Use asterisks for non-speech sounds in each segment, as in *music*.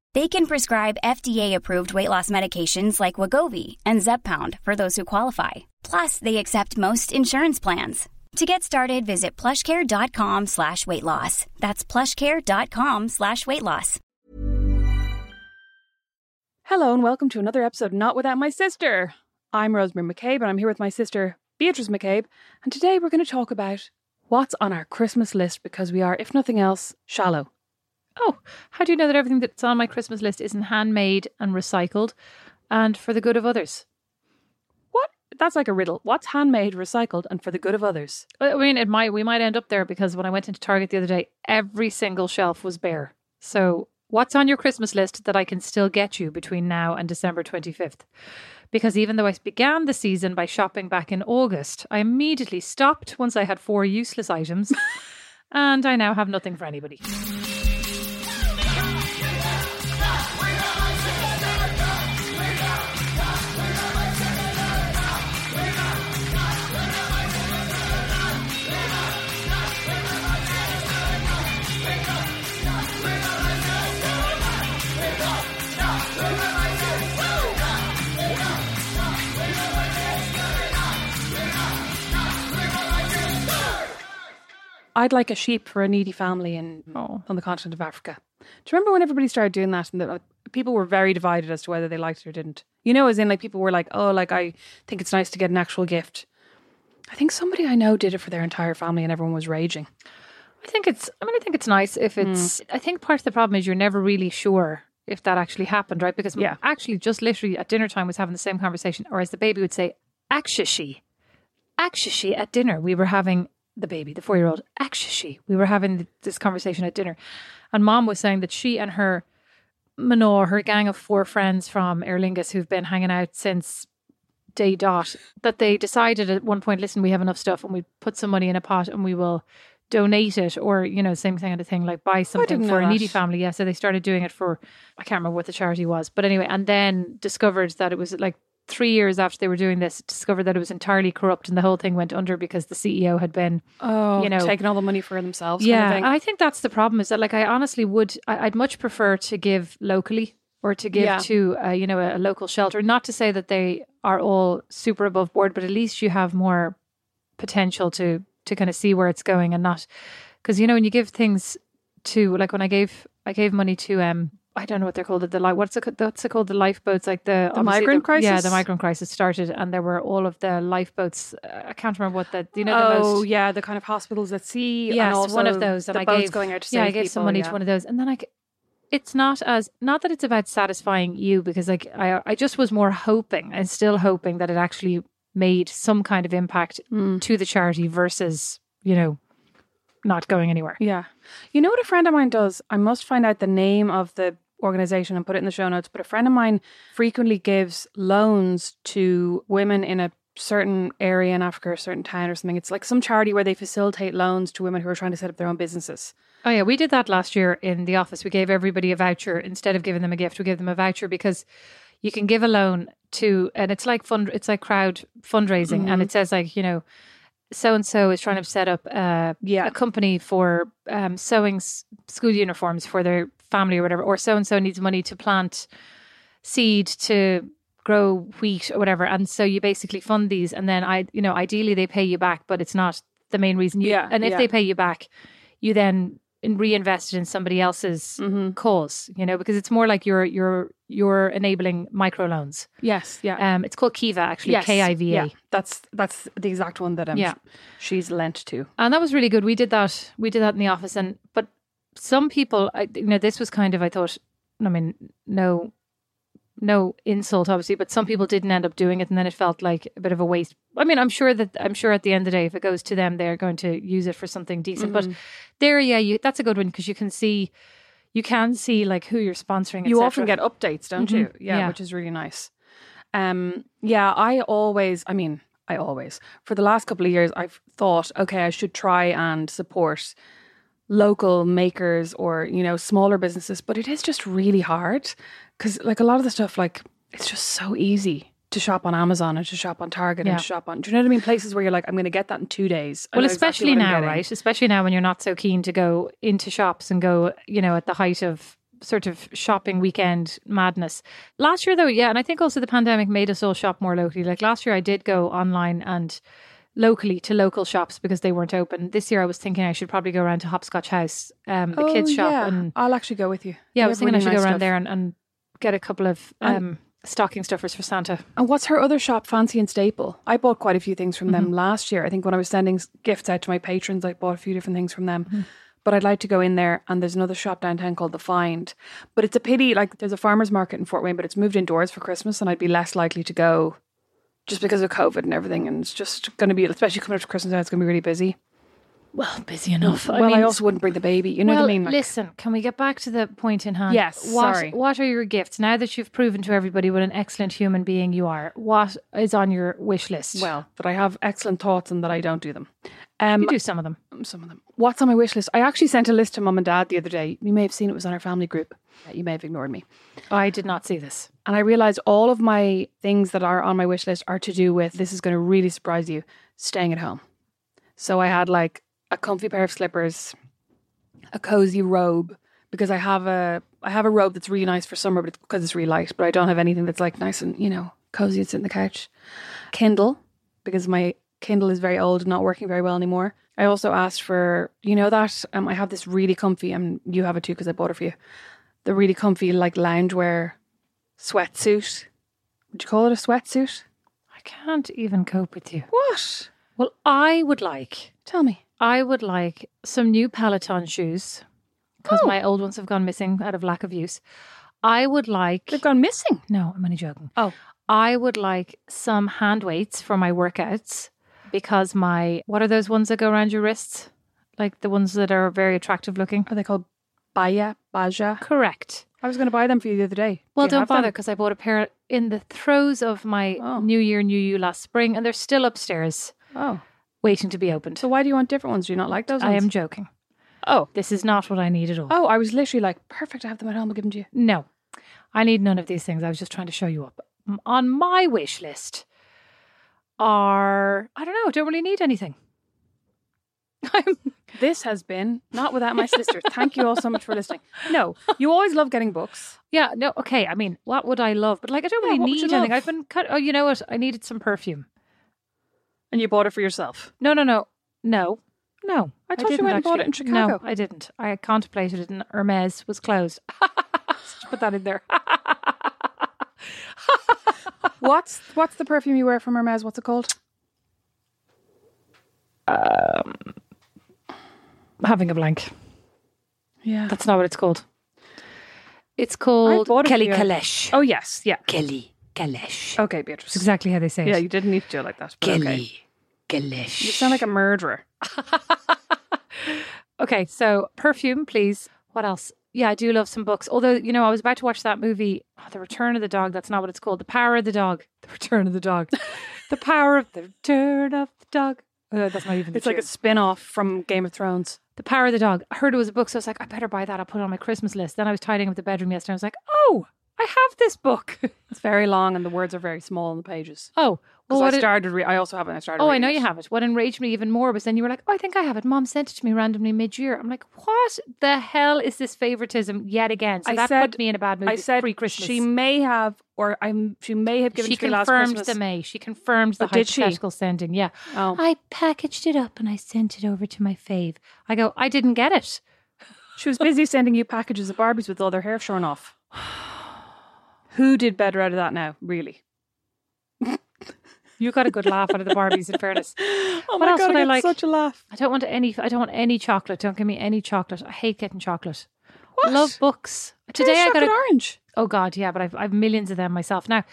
They can prescribe FDA-approved weight loss medications like Wagovi and Zepbound for those who qualify. Plus, they accept most insurance plans. To get started, visit plushcare.com slash weight loss. That's plushcare.com slash weight loss. Hello and welcome to another episode of Not Without My Sister. I'm Rosemary McCabe and I'm here with my sister Beatrice McCabe, and today we're going to talk about what's on our Christmas list because we are, if nothing else, shallow. Oh, how do you know that everything that's on my Christmas list isn't handmade and recycled and for the good of others? What? That's like a riddle. What's handmade, recycled, and for the good of others? I mean, it might we might end up there because when I went into Target the other day, every single shelf was bare. So, what's on your Christmas list that I can still get you between now and December 25th? Because even though I began the season by shopping back in August, I immediately stopped once I had four useless *laughs* items, and I now have nothing for anybody. I'd like a sheep for a needy family in Oh. on the continent of Africa. Do you remember when everybody started doing that and that like, people were very divided as to whether they liked it or didn't? You know, as in like people were like, "Oh, like I think it's nice to get an actual gift." I think somebody I know did it for their entire family and everyone was raging. Hmm. I think it's. I mean, I think it's nice if it's. I think part of the problem is you're never really sure if that actually happened, right? Because Yeah. actually, just literally at dinner time, was having the same conversation, or as the baby would say, "Akshashi, akshashi." At dinner, we were having the baby, the four-year-old, akshashi. We were having th- this conversation at dinner, and mom was saying that she and her Manor, her gang of four friends from Aer Lingus who've been hanging out since day dot, that they decided at one point, listen, we have enough stuff and we put some money in a pot and we will donate it or, you know, same kind of thing, like buy something didn't for know a needy that. family. Yeah. So they started doing it for, I can't remember what the charity was, but anyway, and then discovered that it was like three years after they were doing this, discovered that it was entirely corrupt and the whole thing went under because the CEO had been Oh, You know- taking all the money for themselves. yeah, kind of and thing. I think that's the problem. Is that like I honestly would, I, I'd much prefer to give locally or to give Yeah. to uh, you know a, a local shelter. Not to say that they are all super above board, but at least you have more potential to to kind of see where it's going and not because you know when you give things to like when I gave I gave money to um I don't know what they're called the li- what's it ca- what's it called the lifeboats like the, obviously migrant yeah crisis? the migrant crisis started and there were all of the lifeboats uh, I can't remember what the you know the oh most yeah, the kind of hospitals at sea. Yes, and also one of those that the I boats gave. going out to yeah, save I gave people, some money yeah. to one of those, and then I. c- It's not as not that it's about satisfying you because like I I just was more hoping and still hoping that it actually made some kind of impact Hmm. to the charity versus you know not going anywhere. Yeah. You know what a friend of mine does? I must find out the name of the organization and put it in the show notes, but a friend of mine frequently gives loans to women in a certain area in Africa, or a certain town or something. It's like some charity where they facilitate loans to women who are trying to set up their own businesses. Oh yeah, we did that last year in the office. We gave everybody a voucher instead of giving them a gift. We gave them a voucher because you can Mm-hmm. give a loan to, and it's like fund, it's like crowd fundraising, and it says like you know, so and so is trying to set up uh, Yeah. a company for um, sewing s- school uniforms for their family or whatever, or so and so needs money to plant seed to grow wheat or whatever, and so you basically fund these, and then I, you know, ideally they pay you back, but it's not the main reason. You, Yeah, and if yeah. they pay you back, you then in- reinvest it in somebody else's Mhm. cause, you know, because it's more like you're you're you're enabling microloans. Yes. Yeah. Um, it's called Kiva actually, Yes, K I V yeah. A. That's that's the exact one that um, Yeah. she's lent to. and that was really good. We did that. We did that in the office, and but some people, I, you know, this was kind of I thought. I mean, no, no insult, obviously, but some people didn't end up doing it, and then it felt like a bit of a waste. I mean, I'm sure that I'm sure at the end of the day, if it goes to them, they're going to use it for something decent. Mm-hmm. But there, yeah, you, that's a good one because you can see, you can see like who you're sponsoring. You et often cetera. Mm-hmm. get updates, don't you? Yeah, Yeah. which is really nice. Um, yeah, I always, I mean, I always, for the last couple of years, I've thought, okay, I should try and support local makers or, you know, smaller businesses, but it is just really hard because, like, a lot of the stuff, like, it's just so easy to shop on Amazon and to shop on Target Yeah. and to shop on, do you know what I mean? Places where you're like, I'm going to get that in two days. I Well, know exactly especially what now, I'm getting. right? Especially now when you're not so keen to go into shops and go, you know, at the height of sort of shopping weekend madness. Last year, though, yeah, and I think also the pandemic made us all shop more locally. Like last year, I did go online and locally to local shops because they weren't open. This year, I was thinking I should probably go around to Hopscotch House, um, the Oh, kids' shop, yeah. and I'll actually go with you. yeah, I They was have thinking I really should go nice around stuff. there and, and get a couple of um, And- stocking stuffers for Santa. And what's her other shop, Fancy and Staple? I bought quite a few things from Mm-hmm. them last year. I think when I was sending s- gifts out to my patrons, I bought a few different things from them. Mm-hmm. But I'd like to go in there, and there's another shop downtown called The Find. But it's a pity, like, there's a farmer's market in Fort Wayne, but it's moved indoors for Christmas, and I'd be less likely to go just because of COVID and everything. And it's just going to be, especially coming up to Christmas now, it's going to be really busy. Well, busy enough. well, I also wouldn't bring the baby. You know well, what I mean? Like, listen, can we get back to the point in hand? Yes, What, sorry. What are your gifts now that you've proven to everybody what an excellent human being you are? What is on your wish list? well, that I have excellent thoughts and that I don't do them. Um, you do some of them. some of them. What's on my wish list? I actually sent a list to mum and dad the other day. You may have seen it was on our family group. You may have ignored me. I did not see this. And I realized all of my things that are on my wish list are to do with this is going to really surprise you staying at home. So I had like a comfy pair of slippers, a cozy robe because I have a I have a robe that's really nice for summer, but it's because it's really light. But I don't have anything that's like nice and you know cozy and sit in the couch. Kindle because my Kindle is very old and not working very well anymore. I also asked for you know that um, I have this really comfy and you have it too because I bought it for you. The really comfy like loungewear sweatsuit. Would you call it a sweatsuit? I can't even cope with you. What? Well, I would like, Tell me. I would like some new Peloton shoes because my old ones have gone missing out of lack of use. I would like. They've gone missing. No, I'm only joking. Oh. I would like some hand weights for my workouts because my what are those ones that go around your wrists? Like the ones that are very attractive looking. Are they called Baya? Baja? Correct. I was going to buy them for you the other day. Well, Do you don't have them? bother because I bought a pair in the throes of my Oh. New Year, New You last spring, and they're still upstairs Oh. waiting to be opened. So why do you want different ones? Do you not like those ones? I am joking. Oh. This is not what I need at all. Oh, I was literally like, perfect. I have them at home. I'll give them to you. No, I need none of these things. I was just trying to show you up. M- On my wish list are, I don't know, don't really need anything. I'm This has been Not Without My *laughs* Sister. Thank you all so much for listening. No, you always love getting books. Yeah, no, okay. I mean, what would I love? But like, I don't Yeah, really what would you need anything. love? I've been cut. Oh, you know what? I needed some perfume. And you bought it for yourself. No, no, no, no, no. I thought you didn't went and bought it actually. in Chicago. No, I didn't. I contemplated it, and Hermes was closed. Just put that in there. *laughs* What's what's the perfume you wear from Hermes? What's it called? Having a blank. Yeah. That's not what it's called. It's I called bought it Kelly for you. Kalesh. oh, yes. Yeah. Kelly Kalesh. Okay, Beatrice. That's exactly how they say it. Yeah, you didn't need to do it like that. but Kelly Okay. Kalesh. You sound like a murderer. Okay, so perfume, please. What else? Yeah, I do love some books. Although, you know, I was about to watch that movie, oh, The Return of the Dog. That's not what it's called. The Power of the Dog. *laughs* The Return of the Dog. *laughs* the Power of the Return of the Dog. Oh, that's not even. The It's like a tune. spin off from Game of Thrones. The Power of the Dog. I heard it was a book, so I was like, I better buy that. I'll put it on my Christmas list. Then I was tidying up the bedroom yesterday. I was like, oh, I have this book. *laughs* It's very long and the words are very small on the pages. oh, Because Well, what I it- started. Re- I also haven't. I started. Oh, I reading know it. you have it. What enraged me even more was then you were like, oh, I think I have it. Mom sent it to me randomly mid year. I'm like, what the hell is this favoritism yet again? So I that said- put me in a bad mood. I said pre Christmas. she may have, or I'm. She may have given she it to me last confirmed the Christmas. May. She confirmed the Oh, did she? hypothetical sending. Yeah. Oh. I packaged it up and I sent it over to my fave. I go, I didn't get it. She was busy sending you packages of Barbies with all their hair shorn off. *sighs* Who did better out of that now, really? You got a good laugh out of the Barbies, *laughs* in fairness. Oh What else would I like? such a laugh. I don't want any. I don't want any chocolate. Don't give me any chocolate. I hate getting chocolate. Love books. Today I got a orange. Oh God, yeah, but I've I've millions of them myself now.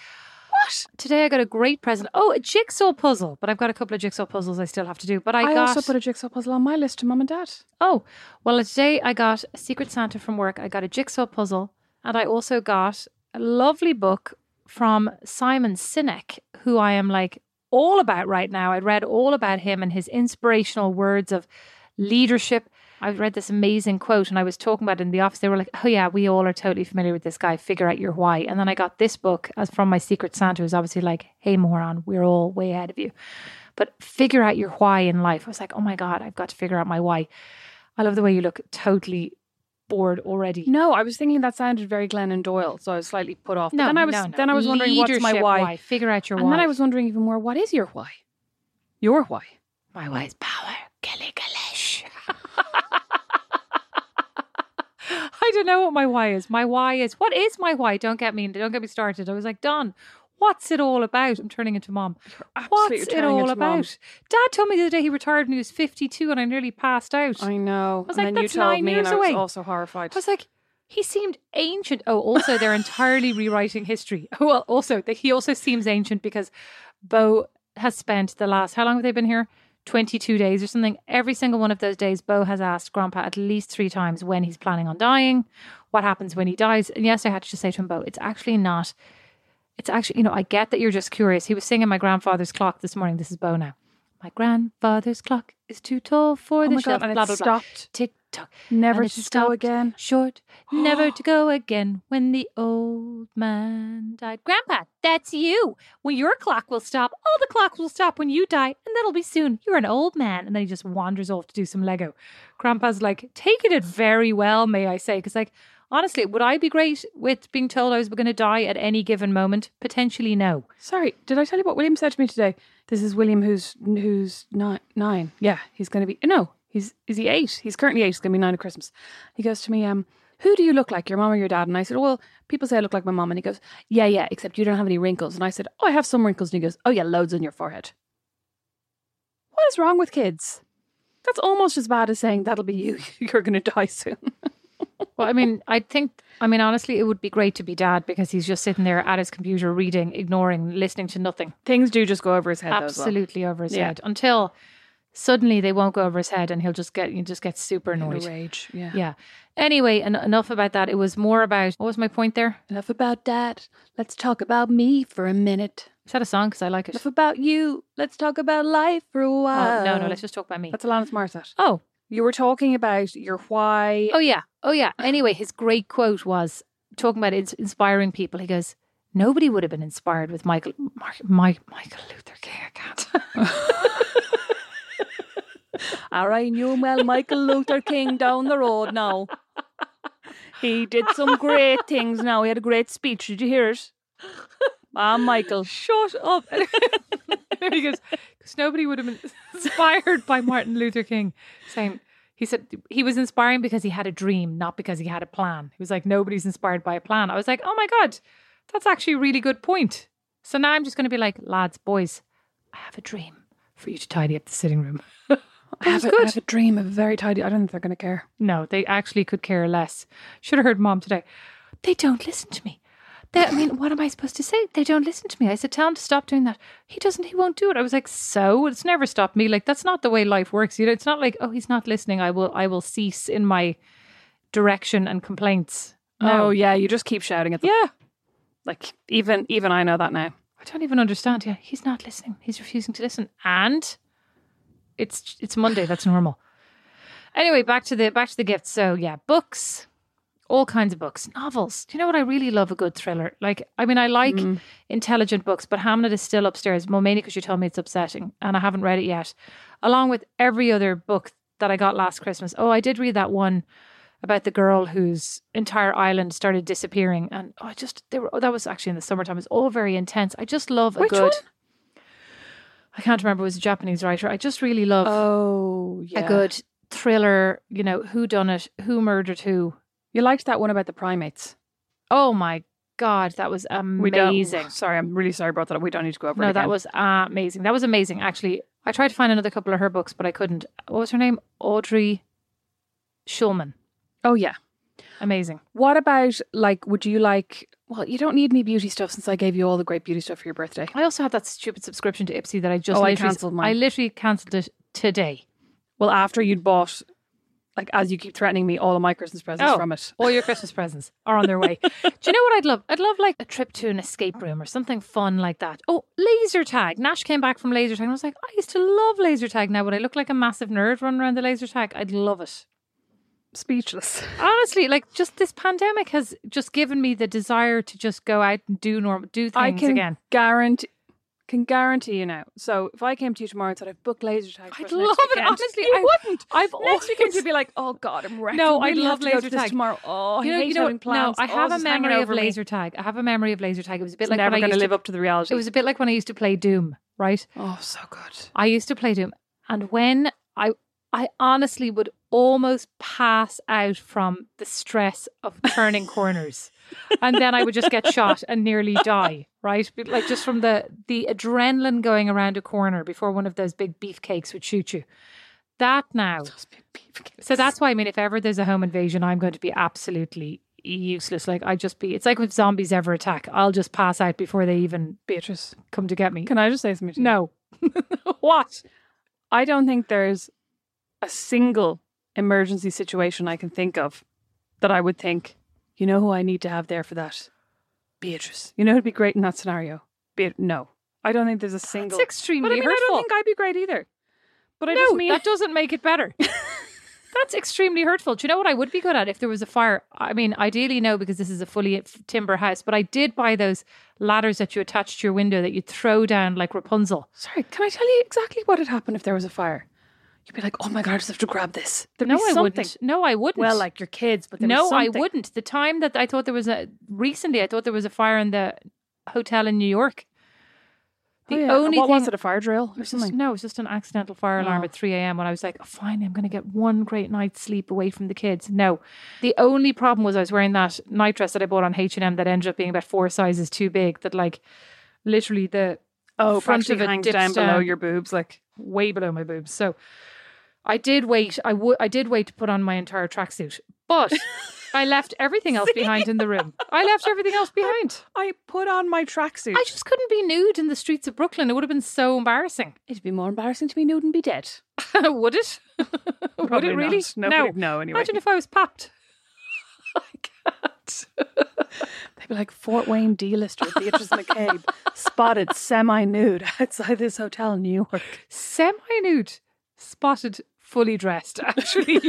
What? Today I got a great present. Oh, a jigsaw puzzle, but I've got a couple of jigsaw puzzles I still have to do. But I, I, got also put a jigsaw puzzle on my list to mum and dad. oh well. Today I got a Secret Santa from work. I got a jigsaw puzzle, and I also got a lovely book from Simon Sinek, who I am like all about right now. I read all about him and his inspirational words of leadership. I read this amazing quote and I was talking about it in the office. They were like, Oh, yeah, we all are totally familiar with this guy. Figure out your why. And then I got this book as from my secret Santa, who's obviously like, Hey, moron, we're all way ahead of you. But figure out your why in life. I was like, Oh my God, I've got to figure out my why. I love the way you look totally bored already. No, I was thinking that sounded very Glennon Doyle, so I was slightly put off. but then I was no, no. then I was wondering what's my Leadership why, Figure out your and why. then I was wondering even more, what is your why? Your why? My why is power. Kelly Galish. *laughs* I don't know what my why is. My why is what is my why? Don't get me don't get me started. I was like, Don, what's it all about? I'm turning into mom. absolutely What's it turning all into about? mom. Dad told me the other day he retired when he was 52 and I nearly passed out. I know. I was and like, then you "That's told nine me, and years I was away." also horrified. I was like, he seemed ancient. Oh, also they're entirely rewriting history. *laughs* Well, also that he also seems ancient because Bo has spent the last how long have they been here? Twenty two days or something. Every single one of those days, Bo has asked Grandpa at least three times when he's planning on dying, what happens when he dies. And yes, I had to just say to him, Bo, it's actually not. It's actually, you know, I get that you're just curious. He was singing my grandfather's clock this morning. This is Bo now. My grandfather's clock is too tall for oh the my shelf. god, and blah, it blah, blah. stopped. Tick tock Never and it to go stopped again. Short, never *gasps* to go again. When the old man died, Grandpa, that's you. When your clock will stop, all the clocks will stop when you die, and that'll be soon. You're an old man, and then he just wanders off to do some Lego. Grandpa's like, taking it very well, may I say? Because like, honestly, would I be great with being told I was going to die at any given moment? Potentially, no. Sorry, did I tell you what William said to me today? This is William who's who's nine. nine. Yeah, he's going to be no. He's is he eight? He's currently eight. He's going to be nine at Christmas. He goes to me, um, who do you look like, your mom or your dad? And I said, well, people say I look like my mom. And he goes, yeah, yeah, except you don't have any wrinkles. And I said, oh, I have some wrinkles. And he goes, oh yeah, loads on your forehead. What is wrong with kids? That's almost as bad as saying that'll be you. *laughs* You're going to die soon. Well, I mean, I think, I mean, honestly, it would be great to be dad because he's just sitting there at his computer reading, ignoring, listening to nothing. Things do just go over his head. though, as well. absolutely over his Yeah. head until suddenly they won't go over his head and he'll just get you just get super In annoyed. a rage. Yeah. Yeah. Anyway, en- enough about that. It was more about what was my point there? Enough about that. Let's talk about me for a minute. Is that a song? Because I like it. Enough about you. Let's talk about life for a while. Oh, no, no. Let's just talk about me. That's Alanis Morissette. Oh, You were talking about your why. oh yeah, oh yeah. Anyway, his great quote was talking about ins- inspiring people. He goes, "Nobody would have been inspired with Michael, Mar- Mi- Michael Luther King." I can't. *laughs* All right, you well, Michael Luther King down the road now. He did some great things now. He had a great speech. Did you hear it? Ah, Michael. Shut up. *laughs* he goes, because nobody would have been *laughs* inspired by Martin Luther King saying, he said he was inspiring because he had a dream, not because he had a plan. He was like, nobody's inspired by a plan. I was like, oh my God, that's actually a really good point. So now I'm just going to be like, lads, boys, I have a dream for you to tidy up the sitting room. *laughs* I have, was a, good. I have a dream of a very tidy. I don't think they're going to care. No, they actually could care less. Should have heard mom today. They don't listen to me. They, I mean, what am I supposed to say? They don't listen to me. I said, tell him to stop doing that. He doesn't. He won't do it. I was like, so it's never stopped me. Like that's not the way life works. You know, it's not like oh, he's not listening. I will. I will cease in my direction and complaints. No, Oh yeah, you just keep shouting at them. yeah. Like even even I know that now. I don't even understand. Yeah, he's not listening. He's refusing to listen, and it's it's Monday. That's normal. Anyway, back to the back to the gifts. So yeah, books, all kinds of books, novels. Do you know what I really love? A good thriller. Like, I mean, I like Mm. intelligent books, but Hamlet is still upstairs. Well, mainly because you told me it's upsetting, and I haven't read it yet. Along with every other book that I got last Christmas. Oh, I did read that one about the girl whose entire island started disappearing, and oh, I just they were. Oh, that was actually in the summertime. It was all very intense. I just love a Which good. one? I can't remember. It was a Japanese writer. I just really love Oh, yeah. a good thriller, you know, who done it, who murdered who. You liked that one about the primates. Oh my god, that was We don't- amazing. Sorry, I'm really sorry about that. We don't need to go over. No, it that again. was amazing. That was amazing actually. I tried to find another couple of her books but I couldn't. What was her name? Audrey Schulman. Oh yeah. Amazing. What about like? Would you like? Well, you don't need any beauty stuff since I gave you all the great beauty stuff for your birthday. I also had that stupid subscription to Ipsy that I just Oh, I literally cancelled mine. I literally cancelled it today. Well, after you'd bought, like, as you keep threatening me, all of my Christmas presents Oh. from it. All your Christmas presents are on their *laughs* way. Do you know what I'd love? I'd love like a trip to an escape room or something fun like that. Oh, laser tag. Nash came back from laser tag and I was like, I used to love laser tag. Now would I look like a massive nerd running around the laser tag? I'd love it. Speechless. Honestly, like just this pandemic has just given me the desire to just go out and do normal do things I can again. guarantee. Can guarantee you now. So if I came to you tomorrow and said I've booked laser tag, for I'd us love next it. weekend," Honestly, you I wouldn't. I've Next weekend always- you'd be like, oh god, I'm wrecked. No, I I really have love to go to laser this tag. tomorrow. Oh, I you know, hate you know, having plans. no, I Oh, have a this is hanging memory of over me. laser tag. I have a memory of laser tag. It was a bit It's like never when I going used live up to the reality. It was a bit like when I used to play Doom, right? oh, so good. I used to play Doom, and when I I honestly would almost pass out from the stress of turning corners, and then I would just get shot and nearly die. Right, But, like just from the the adrenaline going around a corner before one of those big beefcakes would shoot you. That now. So that's why I mean, if ever there's a home invasion, I'm going to be absolutely useless. Like I just be. It's like when zombies ever attack, I'll just pass out before they even Beatrice. come to get me. Can I just say something? To you? No. *laughs* what? I don't think there's a single emergency situation I can think of that I would think, you know who I need to have there for that? Beatrice. You know who'd be great in that scenario? Beat- no. I don't think there's a single. extremely but I mean, I hurtful. don't think I'd be great either. But I no, just mean. that doesn't make it *laughs* better. That's extremely hurtful. Do you know what I would be good at if there was a fire? I mean, ideally no, because this is a fully f- timber house. But I did buy those ladders that you attach to your window that you throw down like Rapunzel. Sorry, can I tell you exactly what would happen if there was a fire? You'd be like, oh my God, I just have to grab this. There'd No, be I something. wouldn't. No, I wouldn't. Well, like your kids, but there was no, I something. wouldn't. The time that I thought there was a recently, I thought there was a fire in the hotel in New York. The Oh, yeah. only what thing was it? A fire drill or It was just- something? no, it was just an accidental fire alarm Oh. at 3 a.m. when I was like, oh, finally, I'm going to get one great night's sleep away from the kids. No, the only problem was I was wearing that nightdress that I bought on H&M that ended up being about four sizes too big. That like, literally the Oh, front front of it hangs dips down below down. your boobs, like. way below my boobs. So I did wait. I would. I did wait to put on my entire tracksuit, but I left everything *laughs* else behind in the room. I left everything else behind. I put on my tracksuit. I just couldn't be nude in the streets of Brooklyn. It would have been so embarrassing. It'd be more embarrassing to be nude and be dead. *laughs* would it? would it really? Nobody would know anyway. Imagine if I was papped. *laughs* I can't. They'd be like Fort Wayne *laughs* D-lister Beatrice McCabe spotted semi-nude *laughs* outside this hotel in New York. Semi-nude, spotted, fully dressed. Actually,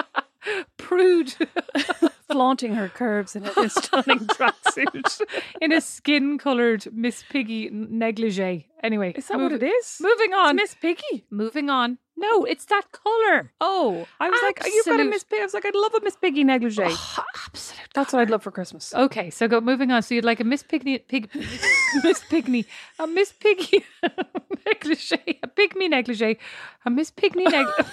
*laughs* prude *laughs* Flaunting her curves in *laughs* her stunning tracksuit. in a skin-coloured Miss Piggy negligee. Anyway, Is that what it is? Moving on. Miss Piggy. moving on. No, it's that colour. Oh, I was like, you've got a Absolute- Miss Piggy. I was like, I'd love a Miss Piggy negligee. absolute. That's what I'd love for Christmas. Okay, so go moving on. So you'd like a Miss Piggy, pig, *laughs* Miss Piggy, a Miss Piggy *laughs* negligee, a Pygmy negligee, a Miss Piggy neg. *laughs*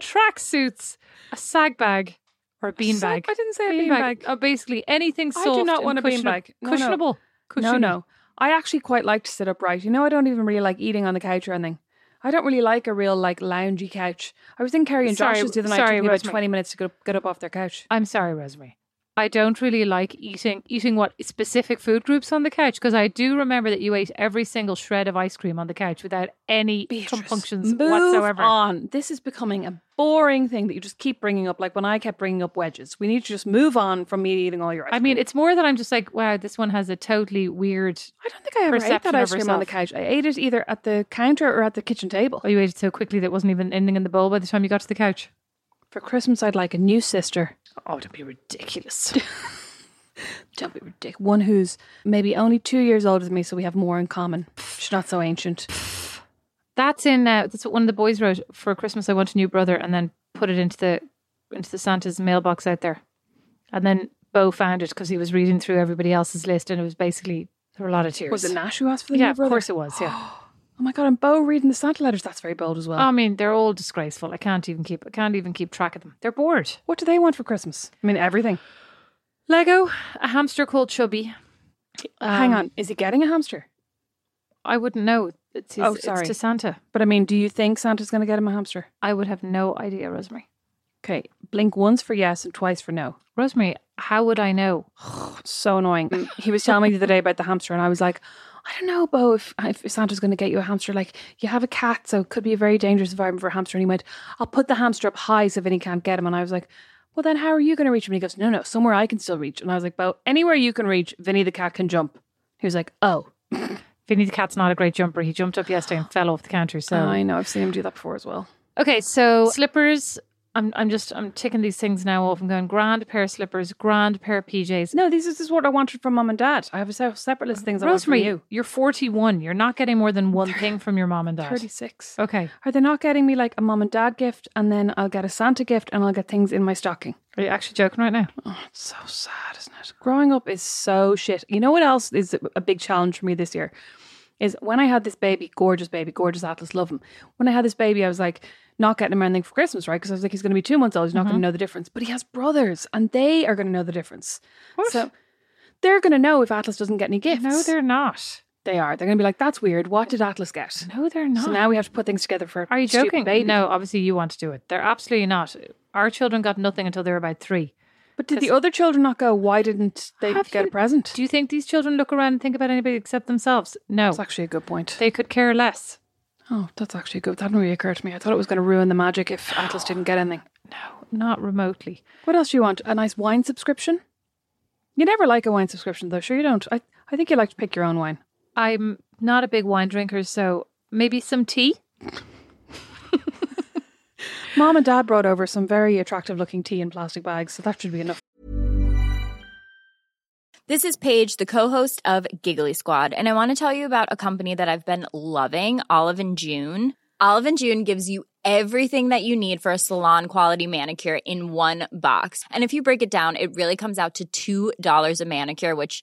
Tracksuits, a sag bag, or a bean bag. I didn't say a beanbag. Oh, basically anything I soft. do not and want a cushionab- beanbag. No, no. Cushionable. No, Cushionable. no. I actually quite like to sit upright. You know, I don't even really like eating on the couch or anything. I don't really like a real like loungy couch. I was in Carrie and Sorry, Josh's the other night. sorry, it took me about Rosemary. twenty minutes to get up, get up off their couch. I'm sorry, Rosemary. I don't really like eating eating what specific food groups on the couch because I do remember that you ate every single shred of ice cream on the couch without any compunctions Move whatsoever. on. This is becoming a boring thing that you just keep bringing up. Like when I kept bringing up wedges, we need to just move on from me eating all your. Ice I mean, cream. it's more that I'm just like, wow, this one has a totally weird. I don't think I ever ate perception that of ice cream on the herself. couch. I ate it either at the counter or at the kitchen table. Oh, you ate it so quickly that it wasn't even ending in the bowl by the time you got to the couch. For Christmas, I'd like a new sister. Oh, don't be ridiculous. *laughs* Don't be ridiculous. One who's maybe only two years older than me, so we have more in common. She's not so ancient. That's in. Uh, that's what one of the boys wrote for Christmas. I want a new brother, and then put it into the into the Santa's mailbox out there. And then Bo found it because he was reading through everybody else's list, and it was basically there were a lot of tears. Was it Nash who asked for the Yeah, new of brother? course it was. *gasps* Yeah. Oh my god, and Bo reading the Santa letters. That's very bold as well. I mean, they're all disgraceful. I can't even keep. I can't even keep track of them. They're bored. what do they want for Christmas? I mean, everything. Lego, a hamster called Chubby. Hang Um, on, is he getting a hamster? I wouldn't know. It's his, Oh, It's sorry. to Santa. But I mean, do you think Santa's going to get him a hamster? I would have no idea, Rosemary. Okay, blink once for yes and twice for no. Rosemary, how would I know? so annoying. And He was telling me the other day about the hamster, and I was like, I don't know, Bo, if, uh, if Santa's going to get you a hamster. Like, you have a cat, so it could be a very dangerous environment for a hamster. And he went, I'll put the hamster up high so Vinny can't get him. And I was like, Well, then how are you going to reach him? And he goes, No, no, somewhere I can still reach. And I was like, Bo, anywhere you can reach, Vinny the cat can jump. He was like, Oh. Vinny the cat's not a great jumper. He jumped up yesterday and fell off the counter. So I know, I've seen him do that before as well. okay, so slippers. I'm I'm just I'm ticking these things now off. I'm going grand pair of slippers, grand pair of PJs. No, this is, this is what I wanted from mum and dad. I have a se- separate list of things I want from Rosemary, you. you're 41. You're not getting more than one thing from your mom and dad. 36. Okay, Are they not getting me like a mum and dad gift, and then I'll get a Santa gift, and I'll get things in my stocking? are you actually joking right now? So Oh, sad, isn't it? Growing up is so shit. You know what else is a big challenge for me this year? Is when I had this baby, gorgeous baby, gorgeous Atlas, love him. When I had this baby, I was like, not getting him anything for Christmas, right? Because I was like, he's going to be two months old. He's not Mm-hmm. going to know the difference. But he has brothers, and they are going to know the difference. So they're going to know if Atlas doesn't get any gifts. No, they're not. they are. They're going to be like, that's weird. What did Atlas get? No, they're not. So now we have to put things together for. Are you stupid joking? Baby. No, obviously you want to do it. They're absolutely not. Our children got nothing until they were about three. But did the other children not go? Why didn't they Have get you- a present? Do you think these children look around and think about anybody except themselves? No. that's actually a good point. They could care less. Oh, that's actually good. That didn't really occur to me. I thought it was going to ruin the magic if Atlas didn't get anything. No, not remotely. What else do you want? A nice wine subscription? You never like a wine subscription, though. Sure, you don't. I, I think you like to pick your own wine. I'm not a big wine drinker, so maybe some tea? Mom and Dad brought over some very attractive looking tea in plastic bags, so that should be enough. This is Paige, the co-host of Giggly Squad, and I want to tell you about a company that I've been loving, Olive and June. Olive and June gives you everything that you need for a salon quality manicure in one box. And if you break it down, it really comes out to $2 a manicure, which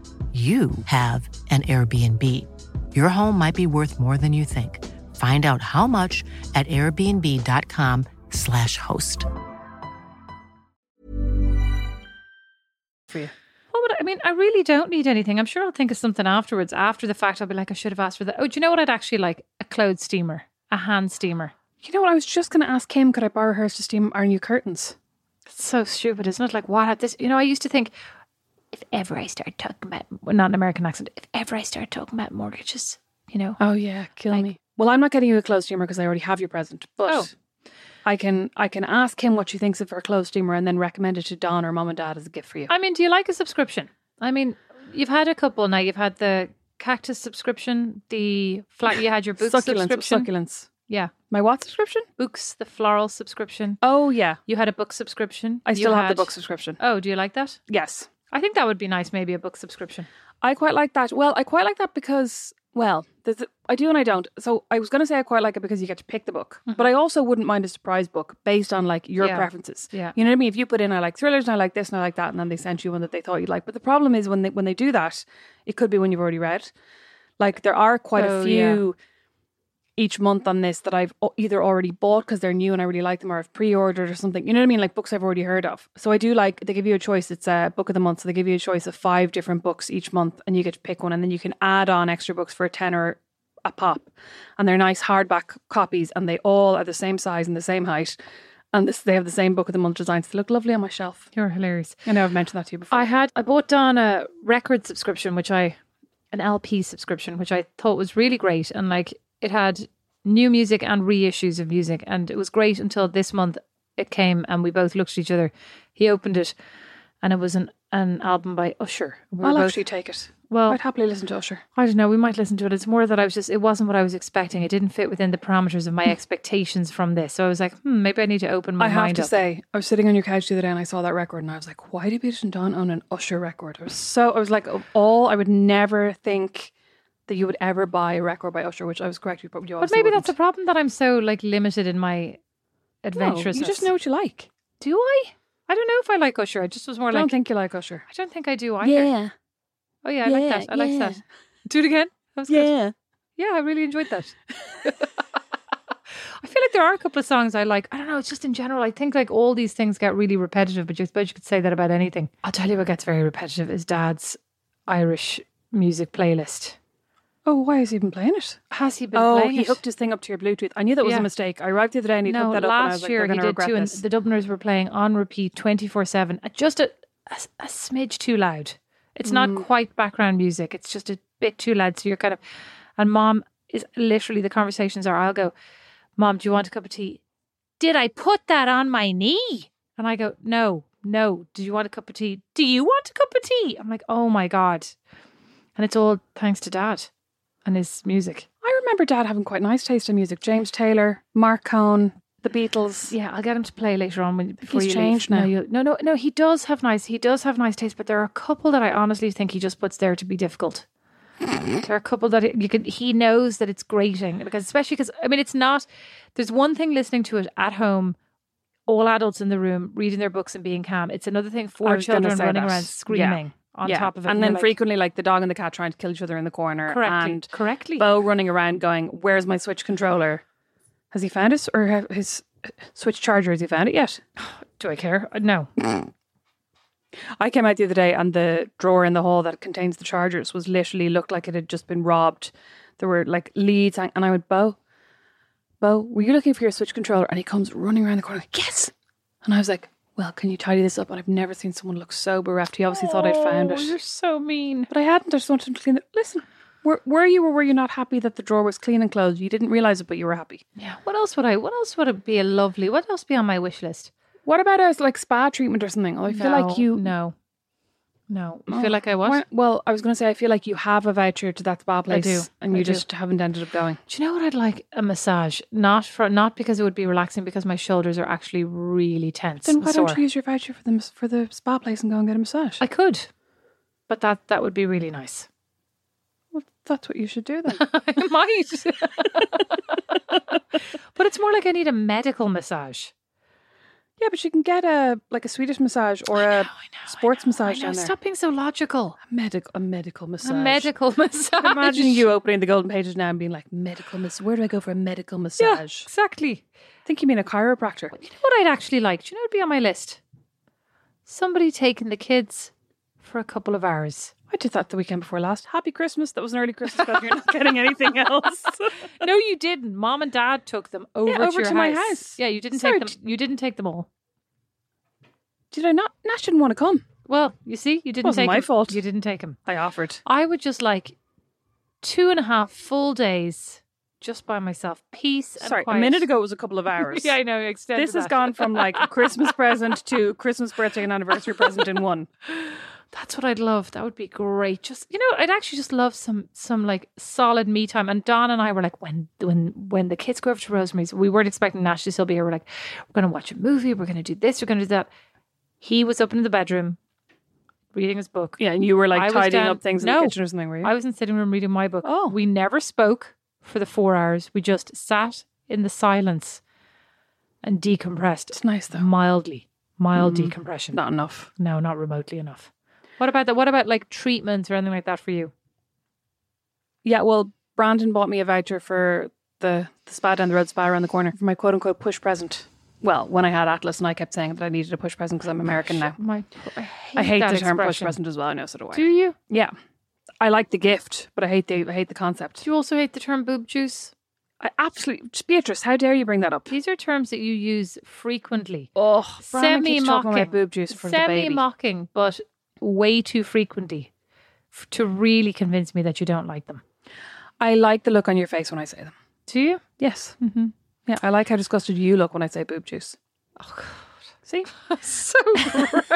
you have an Airbnb. Your home might be worth more than you think. Find out how much at airbnb.com/slash host. for you. What would I, I mean? I really don't need anything. I'm sure I'll think of something afterwards. After the fact, I'll be like, I should have asked for that. Oh, do you know what I'd actually like? A clothes steamer, a hand steamer. You know what? I was just going to ask Kim, could I borrow hers to steam our new curtains? It's so stupid, isn't it? Like, what had this? You know, I used to think if ever I start talking about, well, not an American accent, if ever I start talking about mortgages, you know, Oh yeah, kill Like- me. Well, I'm not getting you a clothes steamer because I already have your present. But Oh. I can I can ask him what she thinks of her clothes steamer and then recommend it to Don or mom and dad as a gift for you. I mean, do you like a subscription? I mean, you've had a couple now. You've had the cactus subscription, the flat. You had your books succulents, subscription. succulents. Yeah, My what subscription? books, the floral subscription. Oh yeah, You had a book subscription. I You still have the had- book subscription. Oh, do you like that? Yes, I think that would be nice. Maybe a book subscription. I quite like that. Well, I quite like that because well, there's a, I do and I don't. So I was going to say I quite like it because you get to pick the book, but I also wouldn't mind a surprise book based on like your Mm-hmm. Yeah. preferences. Yeah. You know what I mean? If you put in, I like thrillers and I like this and I like that, and then they sent you one that they thought you'd like. But the problem is when they when they do that, it could be when you've already read. Like there are quite Oh, a yeah. few each month on this that I've o- either already bought because they're new and I really like them, or I've pre-ordered or something. You know what I mean? Like books I've already heard of. So I do like they give you a choice. It's a book of the month, so they give you a choice of five different books each month, and you get to pick one, and then you can add on extra books for a ten or a pop. And they're nice hardback copies, and they all are the same size and the same height. And this, they have the same book of the month designs. They look lovely on my shelf. You're hilarious. I know I've mentioned that to you before. I had I bought Don a record subscription, which I an LP subscription, which I thought was really great, and like it had new music and reissues of music, and it was great until this month it came, and we both looked at each other. He opened it, and it was an an album by Usher. We were I'll both- actually take it. well, I'd happily listen to Usher. I don't know. We might listen to it. It's more that I was just, it wasn't what I was expecting. It didn't fit within the parameters of my expectations from this. So I was like, hmm, maybe I need to open my Hmm. I have mind to up. say, I was sitting on your couch the other day and I saw that record and I was like, why do Beatrice and Don own an Usher record? I was so I was like, of all I would never think that you would ever buy a record by Usher, which I was correct. You probably but maybe that's a problem that I'm so like limited in my adventurousness. you just know what you like. Do I? I don't know if I like Usher. I just was more I don't like, think you like Usher. I don't think I do either. Oh, yeah, I like that. I like that. Do it again. That was good. Yeah, I really enjoyed that. *laughs* I feel like there are a couple of songs I like. I don't know. It's just in general. I think like all these things get really repetitive, but you suppose you could say that about anything. I'll tell you what gets very repetitive is Dad's Irish music playlist. Oh, why is he even playing it? Has he been Oh, playing he it? hooked his thing up to your Bluetooth. I knew that was Yeah. a mistake. I arrived the other day and he no, hooked that up. and I was last like, year they're he gonna did regret too, and this. the Dubliners were playing on repeat twenty four seven. Just a, a a smidge too loud. It's not Mm. quite background music. It's just a bit too loud. So you're kind of, and mom is literally the conversations are. I'll go, mom, do you want a cup of tea? Did I put that on my knee? And I go, no, no. Do you want a cup of tea? Do you want a cup of tea? I'm like, oh my god, and it's all thanks to dad and his music. I remember Dad having quite nice taste in music. James Taylor, Mark Cohn, the Beatles. Yeah, I'll get him to play later on when before he's you changed leave. now. No, you- no, no, no. He does have nice. He does have nice taste, but there are a couple that I honestly think he just puts there to be *laughs* difficult. there are a couple that you can. He knows that it's grating because, especially because I mean, it's not. There's one thing listening to it at home, all adults in the room reading their books and being calm. It's another thing I four was gonna children say running that. around Yeah. screaming on Yeah. top of it, And then you're like, frequently, like the dog and the cat trying to kill each other in the corner. correctly, And correctly. Bo running around going, Where's my Switch controller? Has he found it? Or have his uh, Switch charger, has he found it yet? Do I care? Uh, No. I came out the other day and the drawer in the hall that contains the chargers was literally looked like it had just been robbed. There were like leads. hang- And I went, Bo, Bo, were you looking for your Switch controller? And he comes running around the corner, like, Yes. And I was like, Well, can you tidy this up? And I've never seen someone look so bereft. He obviously thought I'd found Oh, it. You're so mean. But I hadn't. I just wanted to clean it. Listen, were, were you or were you not happy that the drawer was clean and closed? You didn't realize it, but you were happy. Yeah. What else would I? What else would it be a lovely? What else be on my wish list? What about a like spa treatment or something? Oh, I feel like No, you. no, no. You Oh, feel like I was. why- Well, I was going to say I feel like you have a voucher to that spa place, do. and you I do. just haven't ended up going. Do you know what I'd like? A massage, not for not because it would be relaxing, because my shoulders are actually really tense. Then and why sore. don't you use your voucher for the mas- for the spa place and go and get a massage? I could, but that that would be really nice. *laughs* Well, That's what you should do then. I *laughs* might. but it's more like I need a medical massage. yeah, but you can get a like a Swedish massage or a sports massage I know, down there. stop being so logical. A medical, a medical massage. A medical *laughs* massage. *laughs* Imagine you opening the golden pages now and being like, medical massage. Where do I go for a medical Yeah, massage? exactly. I think you mean a chiropractor. What I'd actually like, do you know, it'd be on my list. Somebody taking the kids for a couple of hours. I did that the weekend before last. Happy Christmas. That was an early Christmas present. You're not getting *laughs* anything else. No, you didn't. Mom and Dad took them over, Yeah, to, over your to my house. Yeah, you didn't Sorry, take them. You didn't take them all. did I not? Nash didn't want to come. Well, you see, you didn't Wasn't take my 'em. fault. You didn't take them. I offered. I would just like two and a half full days just by myself, peace. And Sorry, quiet. a minute ago it was a *laughs* couple of hours. *laughs* yeah, I know. Extended. This has that. gone *laughs* from like a Christmas present to Christmas birthday and anniversary present in one. That's what I'd love. That would be great. Just you know, I'd actually just love some some like solid me time. And Don and I were like, when when when the kids go over to Rosemary's, we weren't expecting Nash to still be here. We're like, we're gonna watch a movie. We're gonna do this. We're gonna do that. He was up in the bedroom, reading his book. Yeah, and you were I like was tidying down- up things No. in the kitchen or something, were you? I was in the sitting room reading my book. Oh. we never spoke for the four hours. We just sat in the silence and decompressed it's nice though. Mm. mildly, mild decompression. *laughs* Not enough. No, not remotely enough. What about that? What about like treatments or anything like that for you? Yeah, well, Brandon bought me a voucher for the, the spa down the road, spa around the corner, for my quote unquote push present. Well, when I had Atlas and I kept saying that I needed a push present because I'm American now. My, I hate, I hate that the term push expression. present as well. I know, so do I. Do you? yeah. I like the gift, but I hate the I hate the concept. Do you also hate the term boob juice? I absolutely Beatrice, how dare you bring that up? These are terms that you use frequently. Oh, Semi mocking. about boob juice for the Semi baby. mocking, but way too frequently f- to really convince me that you don't like them. I like the look on your face when I say them. Do you? Yes. Mm-hmm. Yeah, I like how disgusted you look when I say boob juice. Oh God! See, *laughs* so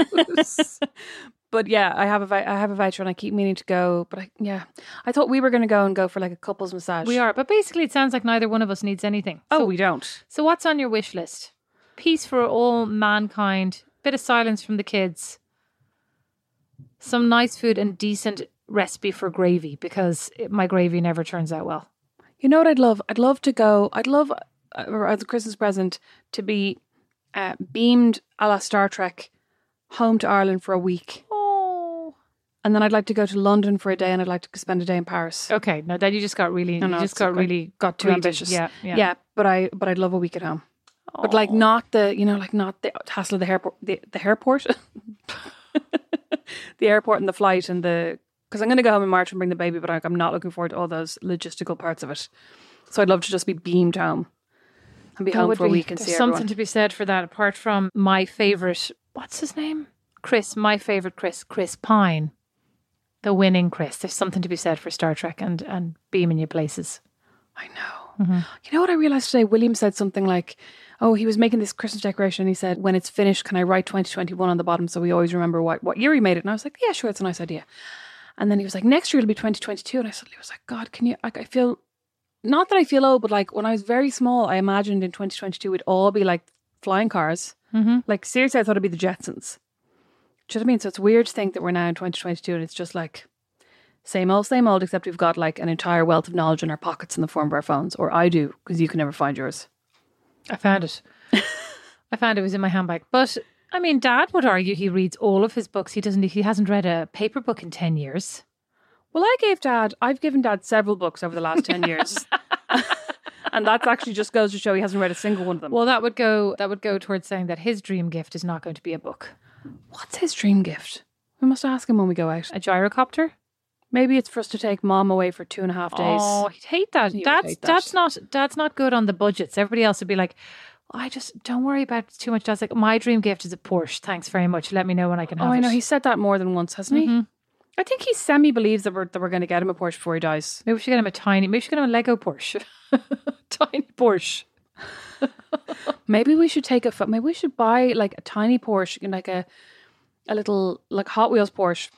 gross. *laughs* but yeah, I have a vi- I have a voucher and I keep meaning to go. But I, yeah, I thought we were going to go and go for like a couples massage. We are. But basically, it sounds like neither one of us needs anything. Oh, So- we don't. So, what's on your wish list? Peace for all mankind, bit of silence from the kids, some nice food, and decent recipe for gravy because it, my gravy never turns out well. You know what I'd love? I'd love to go. I'd love uh, as a Christmas present to be uh, beamed a la Star Trek home to Ireland for a week, Oh. and then I'd like to go to London for a day, and I'd like to spend a day in Paris. Okay. No, then you just got really, No, no, you just it's got okay. really got too greedy. ambitious. Yeah. Yeah. yeah, But I, but I'd love a week at home. But like not the, you know, like not the hassle of the airport, the, the airport, *laughs* the airport and the flight and the. Because I'm going to go home in March and bring the baby, but like, I'm not looking forward to all those logistical parts of it. So I'd love to just be beamed home and be That home would for a be- week and there's see something everyone. to be said for that. Apart from my favorite, what's his name? Chris, my favorite Chris, Chris Pine, the winning Chris. There's something to be said for Star Trek and and beaming you places. I know. You know what I realized today? William said something like, "Oh, he was making this Christmas decoration, and he said, when it's finished, can I write 2021 on the bottom so we always remember what what year he made it?" And I was like, "Yeah, sure, it's a nice idea." And then he was like, "Next year it'll be 2022," and I suddenly was like, "God, can you?" Like, I feel not that I feel old, but like when I was very small, I imagined in 2022 it'd all be like flying cars. Mhm. Like seriously, I thought it'd be the Jetsons. Do you know what I mean? So it's weird to think that we're now in 2022 and it's just like same old, same old, except we've got like an entire wealth of knowledge in our pockets in the form of our phones, or I do, because you can never find yours. I found *laughs* it. I found it was in my handbag. But I mean, Dad would argue he reads all of his books. He doesn't. He hasn't read a paper book in ten years. Well, I gave dad, I've given dad several books over the last 10 *laughs* years. and that actually just goes to show he hasn't read a single one of them. Well, that would go. That would go towards saying that his dream gift is not going to be a book, what's his dream gift? We must ask him when we go out. a gyrocopter. Maybe it's for us to take mom away for two and a half days. Oh, he'd hate that. He would Dad's hate that. Dad's not Dad's not good on the budgets. Everybody else would be like, "Oh, I just don't worry about it too much. Dad's like, my dream gift is a Porsche. Thanks very much. Let me know when I can Oh, have I it. know. He said that more than once, hasn't he? I think he semi believes that we're, that we're going to get him a Porsche before he dies. maybe we should get him a tiny. Maybe we should get him a Lego Porsche, *laughs* *laughs* tiny Porsche. Maybe we should take a pho- maybe we should buy like a tiny Porsche and like a a little like Hot Wheels Porsche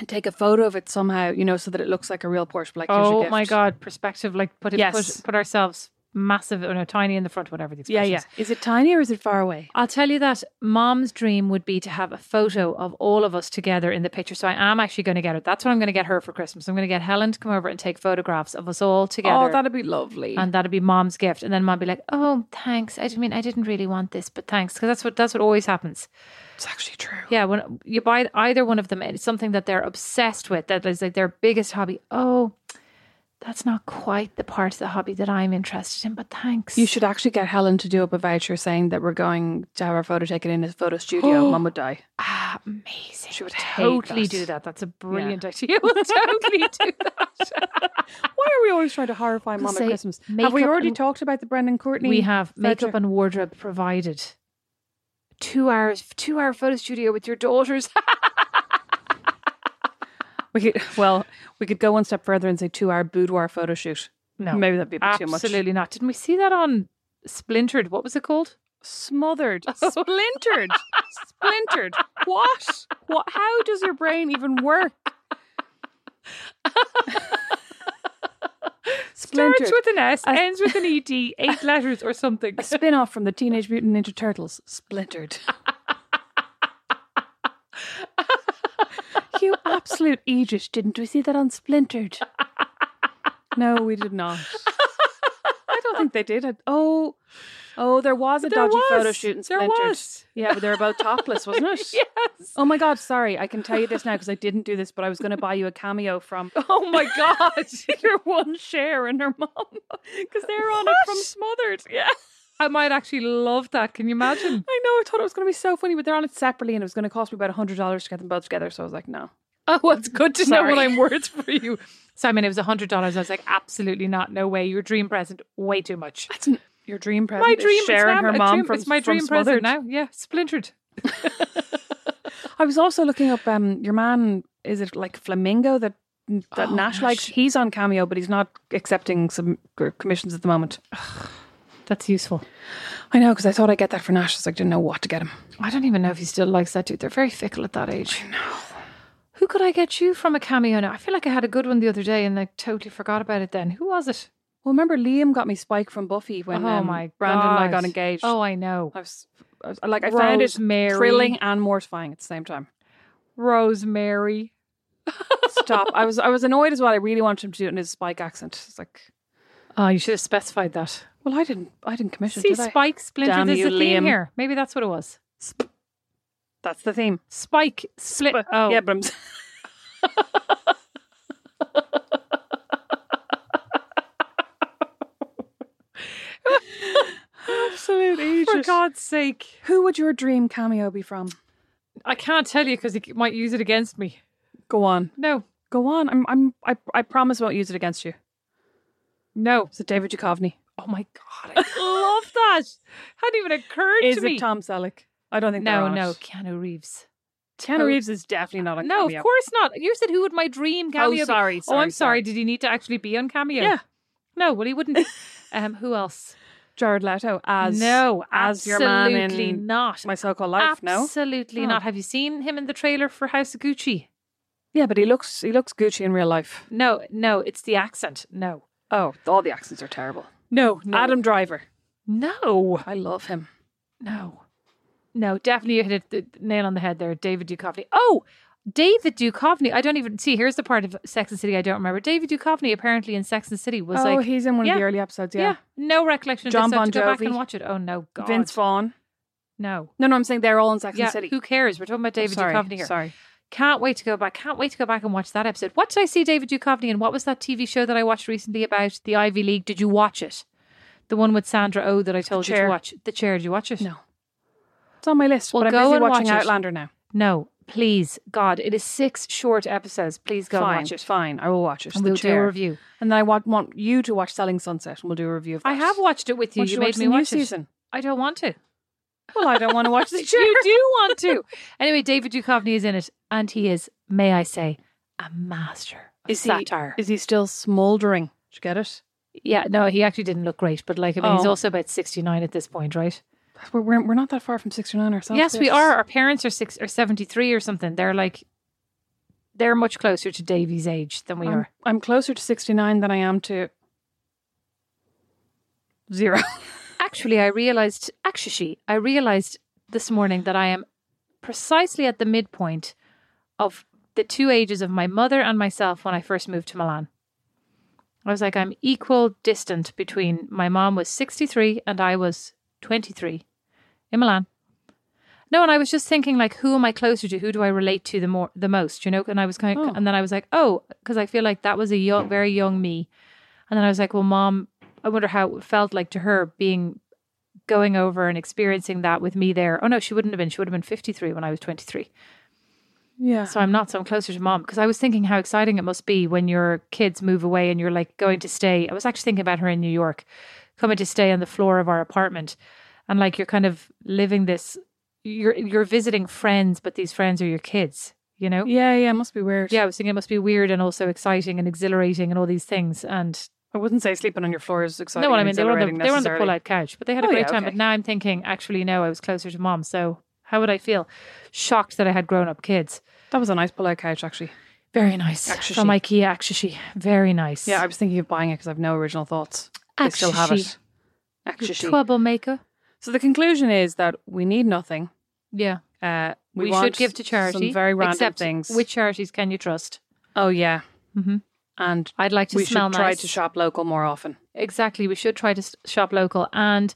and take a photo of it somehow, you know, so that it looks like a real Porsche. But like, here's your Oh gift. my God! Perspective, like put it, Yes. put, put ourselves massive or no tiny in the front, whatever the Yeah, expression yeah. Oh, is. Is it tiny or is it far away? I'll tell you that mom's dream would be to have a photo of all of us together in the picture. So I am actually going to get her. That's what I'm going to get her for Christmas. I'm going to get Helen to come over and take photographs of us all together. Oh, that'd be lovely. and that'd be mom's gift. And then mom'd be like, "Oh, thanks. I didn't mean I didn't really want this, but thanks." Because that's what that's what always happens. it's actually true. Yeah, when you buy either one of them, it's something that they're obsessed with. That is like their biggest hobby. Oh, that's not quite the part of the hobby that I'm interested in, but thanks. You should actually get Helen to do up a voucher saying that we're going to have our photo taken in a photo *gasps* studio. Mum would die. Ah, amazing. She would totally totally do do that. That's a brilliant idea. *laughs* We'll totally do that. *laughs* Why are we always trying to horrify We'll mum at say Christmas? Have we makeup already and- talked about the Brendan Courtney? we have makeup voucher? and wardrobe provided. Two hours, two hour photo studio with your daughters. *laughs* We could, *laughs* well, we could go one step further and say two-hour boudoir photo shoot. No, Maybe that'd be a bit too much. Absolutely not. Didn't we see that on Splintered? What was it called? *laughs* Smothered, splintered, splintered. What? What? How does your brain even *laughs* work? Splintered. Starts with an S, A- ends with an E ED, *laughs* eight letters or something. A spin-off from the Teenage Mutant Ninja Turtles, *laughs* Splintered. you absolute Aegis, didn't we see that on Splintered? No, we did *laughs* not. I don't think they did. I- oh, oh, there was a There dodgy photo was. shoot in There Splintered. was. Yeah, but they were both topless, *laughs* wasn't it? yes. Oh my God, sorry. I can tell you this now because I didn't do this, but I was going to buy you a cameo *laughs* from Oh my god. *laughs* your one share and her mom because they were on it from What? Smothered. Yeah. I might actually love that. Can you imagine? I know. I thought it was going to be so funny, but they're on it separately, and it was going to cost me about hundred dollars to get them both together. So I was like, no. Oh, *laughs* well, it's good to know what Sorry. I'm worth for you. Simon, it was $100. I was like, absolutely not. No way. Your dream present, way too much. That's an, your dream present. My is dream Sharon, it's now- her a mom dream- from it's my from dream present Smothered. now. Yeah, splintered. *laughs* I was also looking up um, your man. Is it like Flamingo that that Oh, Nash, Nash. likes? He's on cameo, but he's not accepting some g- commissions at the moment. That's useful. I know because I thought I'd get that for Nash. So I didn't know what to get him. I don't even know if he still likes that dude. They're very fickle at that age. No. Who could I get you from a cameo now? I feel like I had a good one the other day and I totally forgot about it then. Who was it? Well, remember Liam got me Spike from Buffy when oh um, my Brandon and I God. got engaged. Oh, I know. I was, I was like, I found it Rosemary. thrilling and mortifying at the same time. Rosemary. Stop! I was I was annoyed as well. I really wanted him to do it in his Spike accent. It's like, Oh, you should have specified that. well, I didn't I didn't commission. See, did I? Spike Splinter. Damn There's you, a theme Liam. here. Maybe that's what it was. That's the theme. Spike Split. But- oh, yeah, but I'm, absolute for ages. God's sake! Who would your dream cameo be from? I can't tell you because he c- might use it against me. Go on, No, go on. I'm I'm I I promise I won't use it against you. no. Is it David Duchovny? Oh my God, I *laughs* love that. Hadn't even occurred Is to me. it Tom Selleck? I don't think they're no, on no, It. Oh. Keanu Reeves. Keanu Reeves is definitely not on. No, cameo. of course not. You said who would my dream cameo? be? sorry, oh, sorry, I'm sorry. sorry. Did he need to actually be on cameo? Yeah. No, well, he *laughs* wouldn't. um, who else? Jared Leto as no, as your man absolutely in not. My So-Called Life. No, Absolutely Oh. not. Have you seen him in the trailer for House of Gucci? yeah, but he looks he looks Gucci in real life. No, no, it's the accent. No. Oh, all the accents are terrible. No, Adam Driver. No. I love him. No. No, definitely you hit it, the nail on the head there, David Duchovny. Oh, David Duchovny. I don't even see. Here's the part of Sex and the City I don't remember. David Duchovny apparently in Sex and the City was oh, like, he's in one of yeah. the early episodes. yeah. Yeah, no recollection. of John this, so I have to Bon go back Jovi. and watch it. Oh no, God, Vince Vaughn. no, No, no, I'm saying they're all in Sex yeah. and City. Who cares? We're talking about David Oh, sorry, Duchovny here. Sorry, Can't wait to go back. Can't wait to go back and watch that episode. What did I see David Duchovny in? What was that TV show that I watched recently about the Ivy League? Did you watch it? The one with Sandra Oh that I told you Chair. to watch. The chair. Did you watch it? No. it's on my list. Well, but go I'm busy and watching watch it. Outlander now. No. Please, God, it is six short episodes. Please go fine, and watch it. fine. I will watch it. And The we'll do a Chair. review. And then I want, want you to watch Selling Sunset, and we'll do a review of that. I have watched it with you. Why don't you you made watch the me new watch it. season? I don't want to. Well, I don't want *laughs* to *laughs* watch the chair. You do want to. Anyway, David Duchovny is in it, and he is, may I say, a master of Is he, satire. Is he still smouldering? Did you get it? yeah, no, he actually didn't look great, but like, I mean, he's Oh. also about sixty-nine at this point, right? We're, we're, we're not that far from 69 ourselves. yes, we bitch. are. Our parents are six or seventy-three or something. They're like, they're much closer to Davy's age than we I'm, are. I'm closer to 69 than I am to zero. *laughs* Actually, I realized, actually, I realized this morning that I am precisely at the midpoint of the two ages of my mother and myself when I first moved to Milan. I was like, I'm equal distant between my mom was 63 and I was 23 in Milan. No, and I was just thinking, like, who am I closer to? Who do I relate to the more, the most? You know, and I was kind of, Oh. and then I was like, oh, because I feel like that was a young, very young me, and then I was like, well, mom, I wonder how it felt like to her being going over and experiencing that with me there. Oh no, she wouldn't have been. She would have been fifty three when I was twenty three. Yeah. So I'm not so I'm closer to mom because I was thinking how exciting it must be when your kids move away and you're like going to stay. I was actually thinking about her in New York, coming to stay on the floor of our apartment, and like you're kind of living this. You're you're visiting friends, but these friends are your kids. You know. yeah, yeah, must be weird. Yeah, I was thinking it must be weird and also exciting and exhilarating and all these things. And I wouldn't say sleeping on your floor is exciting. no, well, I and mean they were on exhilarating the they were on the necessarily. pull out couch, but they had a Oh, great yeah, time. okay. But now I'm thinking, actually, no, I was closer to mom. So how would I feel? Shocked that I had grown up kids. That was a nice pull out couch, actually. Very nice from IKEA. Actually, very nice. Yeah, I was thinking of buying it because I've no original thoughts. I still have Actually. it. You Actually. troublemaker. So the conclusion is that we need nothing. Yeah, Uh, we we, want should give to charity. Some very random except things. Which charities can you trust? oh yeah, Mhm. and I'd like to we smell should try nice. to shop local more often. Exactly. We should try to s- shop local. And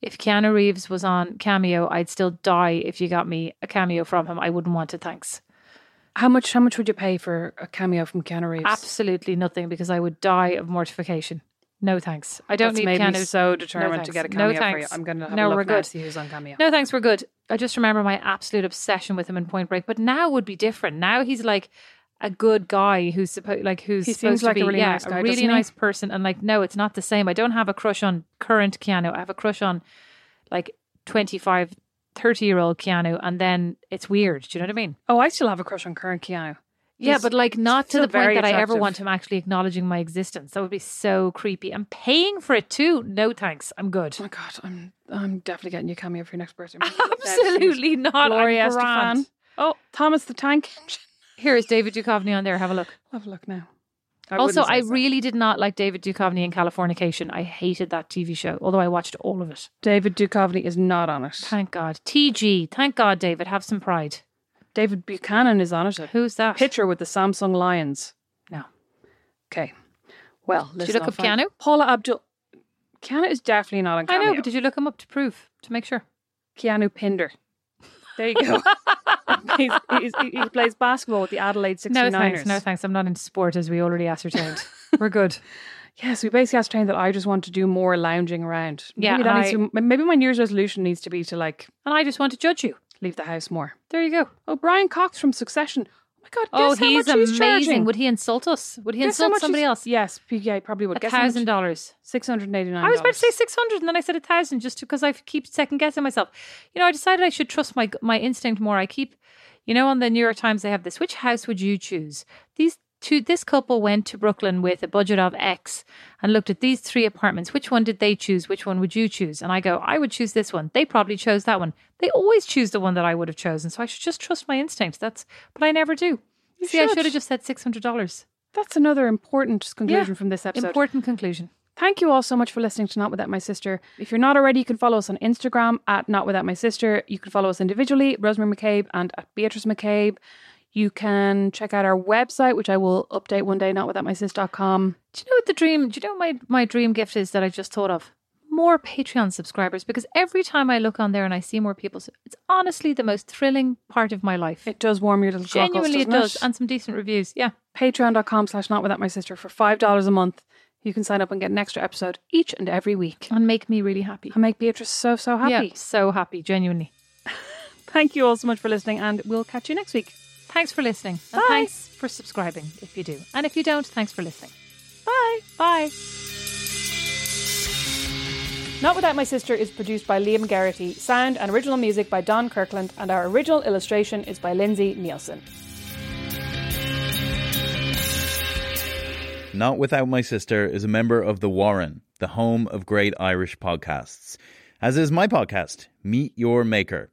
if Keanu Reeves was on Cameo, I'd still die if you got me a cameo from him. I wouldn't want it. Thanks. How much? How much would you pay for a cameo from Keanu Reeves? Absolutely nothing because I would die of mortification. No thanks. I don't That's need made me Keanu- so No determined to thanks. get a No cameo for you. thanks. I'm going to have No, a look we're now good. to see who's on cameo. No thanks, we're good. I just remember my absolute obsession with him in Point Break, but now would be different. Now he's like a good guy who's supposed like who's He supposed seems like to a be really yeah, nice guy, a really doesn't he? nice person and like no, it's not the same. I don't have a crush on current Keanu. I have a crush on like 25 30 year old Keanu and then it's weird. Do you know what I mean? Oh, I still have a crush on current Keanu. Yeah, He's but like not to still the point very that I ever attractive. want him actually acknowledging my existence. That would be so creepy. I'm paying for it too. No thanks. I'm good. *laughs* Oh my god, I'm I'm definitely getting you a cameo for your next birthday. Absolutely not. I'm Gloria grand. Estefan. Oh, Thomas the Tank Engine. *laughs* Here is David Duchovny on there. Have a look. Have a look now. also, wouldn't say I so. really did not like David Duchovny in Californication. I hated that TV show, although I watched all of it. David Duchovny is not on it. Thank God. TG. Thank God, David. Have some pride. David Buchanan is on it. A Who's that? picture with the Samsung Lions. No. Okay. Well, you let's look not up find- Keanu? Paula Abdul. Keanu is definitely not on I cameo. know, but did you look him up to prove, to make sure? Keanu Pinder. There you *laughs* go. *laughs* he's, he's, he plays basketball with the Adelaide 69ers. No thanks. No thanks. I'm not into sport, as we already *laughs* ascertained. We're good. Yes, we basically ascertained that I just want to do more lounging around. Maybe Yeah, that and needs to, m- maybe my New Year's resolution needs to be to like And I just want to judge you. leave the house more. There you go. Oh, Brian Cox from Succession. Oh my God! Oh, guess how he's much amazing. he's charging. Would he insult us? Would he Guess how insult much somebody he's- else? Yes, P- yeah, he probably would. A thousand dollars. Six hundred eighty-nine. I was about to say six hundred, and then I said a thousand, just because I keep second guessing myself. You know, I decided I should trust my my instinct more. I keep, you know, on the New York Times they have this. Which house would you choose? These two. This couple went to Brooklyn with a budget of X and looked at these three apartments. Which one did they choose? Which one would you choose? And I go, I would choose this one. They probably chose that one. They always choose the one that I would have chosen. So I should just trust my instinct. That's, but I never do. You See, I should. should have just said six hundred dollars. That's another important conclusion from this episode. Important conclusion. Thank you all so much for listening to Not Without My Sister. If you're not already, you can follow us on Instagram at Not Without My Sister. You can follow us individually, Rosemary McCabe and at Beatrice McCabe. You can check out our website, which I will update one day, notwithoutmysis.com. Do you know what the dream? Do you know what my my dream gift is that I just thought of? More Patreon subscribers because every time I look on there and I see more people, it's honestly the most thrilling part of my life. It does warm your little cockles, Genuinely, it doesn't does, and some decent reviews. Yeah, Patreon.com slash Not Without My Sister for $5 a month. You can sign up and get an extra episode each and every week. and make me really happy. And make Beatrice so, so happy. Yeah, so happy, genuinely. Thank you all so much for listening, and we'll catch you next week. Thanks for listening. and Bye. thanks for subscribing if you do, and if you don't, thanks for listening. Bye. Bye. Not Without My Sister is produced by Liam Garrity, sound and original music by Don Kirkland, and our original illustration is by Lindsay Nielsen. Not Without My Sister is a member of The Warren, the home of great Irish podcasts, as is my podcast, Meet Your Maker.